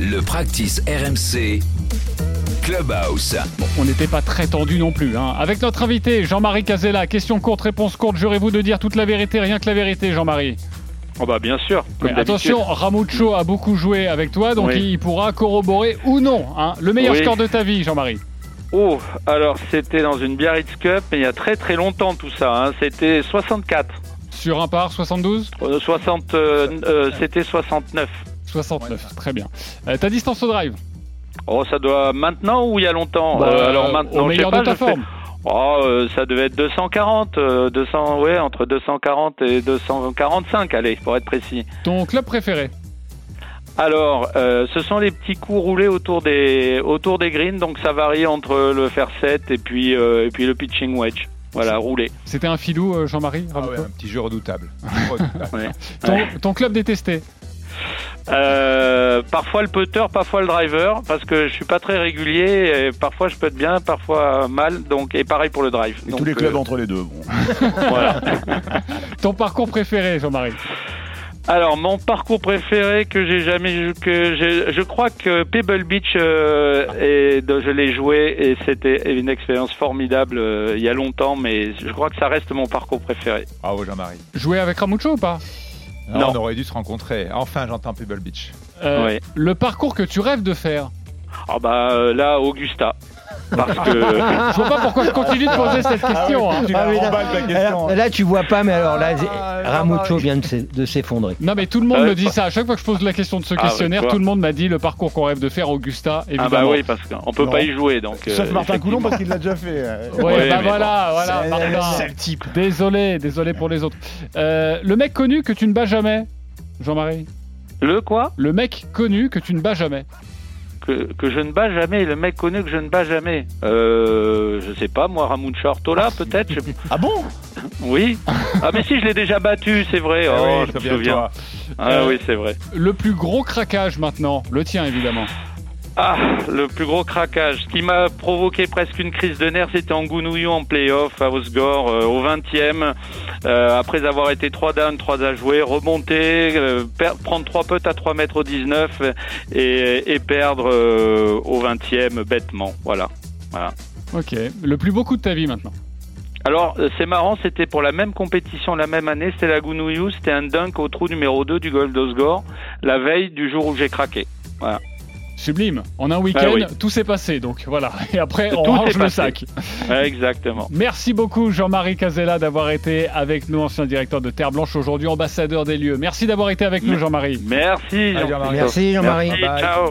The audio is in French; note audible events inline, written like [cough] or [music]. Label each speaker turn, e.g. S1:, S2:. S1: Le practice RMC Clubhouse.
S2: Bon, on n'était pas très tendu non plus. hein. Avec notre invité, Jean-Marie Casella, question courte, réponse courte. Jurez-vous de dire toute la vérité, rien que la vérité, Jean-Marie.
S3: Oh bah bien sûr. Comme
S2: Mais attention, Ramucho a beaucoup joué avec toi, donc
S3: Oui.
S2: il pourra corroborer ou non hein, le meilleur
S3: Oui.
S2: score de ta vie, Jean-Marie.
S3: d'habitude. Oh, alors c'était dans une Biarritz Cup, mais il y a très très longtemps tout ça. hein. C'était 64.
S2: Sur un par 72
S3: Euh, 60, euh, euh, c'était 69.
S2: 69, très bien. Euh, ta distance au drive
S3: Oh, ça doit maintenant ou il y a longtemps
S2: Bah,
S3: Euh, Alors
S2: euh,
S3: maintenant,
S2: Au
S3: je sais
S2: meilleur
S3: pas.
S2: de ta
S3: je fais-
S2: forme.
S3: Oh, euh, ça devait être 240, euh, 200, ouais, entre 240 et 245, allez, pour être précis.
S2: Ton club préféré
S3: Alors, euh, ce sont les petits coups roulés autour des autour des greens, donc ça varie entre le fair set et puis euh, et puis le pitching wedge. Voilà, roulé.
S2: C'était un filou, euh, Jean-Marie
S4: Ah ouais,
S2: Ramucho
S4: un petit jeu redoutable. Redoutable.
S3: ouais.
S2: ton, ton club détesté
S3: Euh, parfois le putter, parfois le driver, parce que je suis pas très régulier. Et parfois je peux être bien, parfois mal. Donc et pareil pour le drive.
S5: Et
S3: Donc,
S5: tous les clubs
S3: euh,
S5: entre les deux. bon.
S3: voilà.
S2: Ton parcours préféré, Jean-Marie
S3: Alors mon parcours préféré que j'ai jamais que j'ai- je crois que Pebble Beach euh, et de- je l'ai joué et c'était une expérience formidable euh, il y a longtemps, mais je crois que ça reste mon parcours préféré.
S4: Bravo Jean-Marie.
S2: Jouer avec Ramucho ou pas
S4: Ah,
S3: Non.
S4: On aurait dû se rencontrer. Enfin, j'entends Pebble Beach.
S2: Euh,
S3: Ouais.
S2: Le parcours que tu rêves de faire
S3: Ah bah euh, là Augusta, parce que ah bah
S2: Je vois pas pourquoi je continue de poser cette question. hein.
S4: Tu la
S5: bah
S6: Ah, mais là-
S4: remballes, ta question.
S6: Là, tu vois pas, mais alors là,
S4: Ah,
S6: Ramucho
S4: Jean-Marie.
S6: vient de s'é- de s'effondrer.
S2: Non mais tout le monde
S3: Euh,
S2: me dit ça. À chaque fois que je pose la question de ce
S3: Ah,
S2: questionnaire,
S3: ouais,
S2: tout le monde m'a dit le parcours qu'on rêve de faire, Augusta, évidemment.
S3: ah bah oui parce qu'on peut
S5: Non.
S3: pas y jouer donc.
S5: Sauf
S3: euh,
S5: Martin
S3: effectivement.
S5: Coulon parce qu'il l'a déjà fait. euh.
S2: Ouais,
S3: Ouais,
S2: bah
S3: mais
S2: voilà, voilà,
S5: C'est-
S2: Martin.
S5: C'est le type.
S2: Désolé, désolé pour les autres. Euh, le mec connu que tu ne bats jamais, Jean-Marie.
S3: Le quoi
S2: Le mec connu que tu ne bats jamais.
S3: que, que je ne bats jamais, le mec connu que je ne bats jamais. Euh, je sais pas, moi, Ramucho Artola, peut-être je-
S5: Ah bon
S3: [laughs] Oui. Ah, mais si, je l'ai déjà battu, c'est vrai.
S4: Ah
S3: Oh,
S4: oui,
S3: je me
S4: souviens-toi.
S3: souviens. Ah
S2: Euh,
S3: oui, c'est vrai.
S2: Le plus gros craquage maintenant, le tien évidemment.
S3: Ah, le plus gros craquage. Ce qui m'a provoqué presque une crise de nerfs, c'était en Gounouillon en playoff à Osgore euh, au 20e. Euh, après avoir été 3 down, 3 à jouer, remonter, euh, per- prendre 3 potes à 3 mètres au 19 et, et perdre euh, au 20e bêtement. Voilà.
S2: Ok. Le plus beau coup de ta vie maintenant.
S3: Alors, euh, c'est marrant, c'était pour la même compétition la même année, c'était la Gounouillou, c'était un dunk au trou numéro 2 du Golf d'Osgore, la veille du jour où
S4: [laughs]
S3: j'ai craqué.
S2: Sublime. En un week-end,
S3: Ah oui.
S2: tout s'est passé donc voilà. [laughs] Et après on
S3: Tout s'est
S2: range le
S3: passé.
S2: sac.
S3: Ouais, exactement.
S2: Merci beaucoup Jean-Marie Casella d'avoir été avec nous, ancien directeur de Terre Blanche, aujourd'hui ambassadeur des lieux. Merci d'avoir été avec nous Jean-Marie.
S3: Merci,
S4: Allez,
S3: Jean-
S4: Jean-Marie.
S6: Merci Jean-Marie.
S3: Merci, ciao.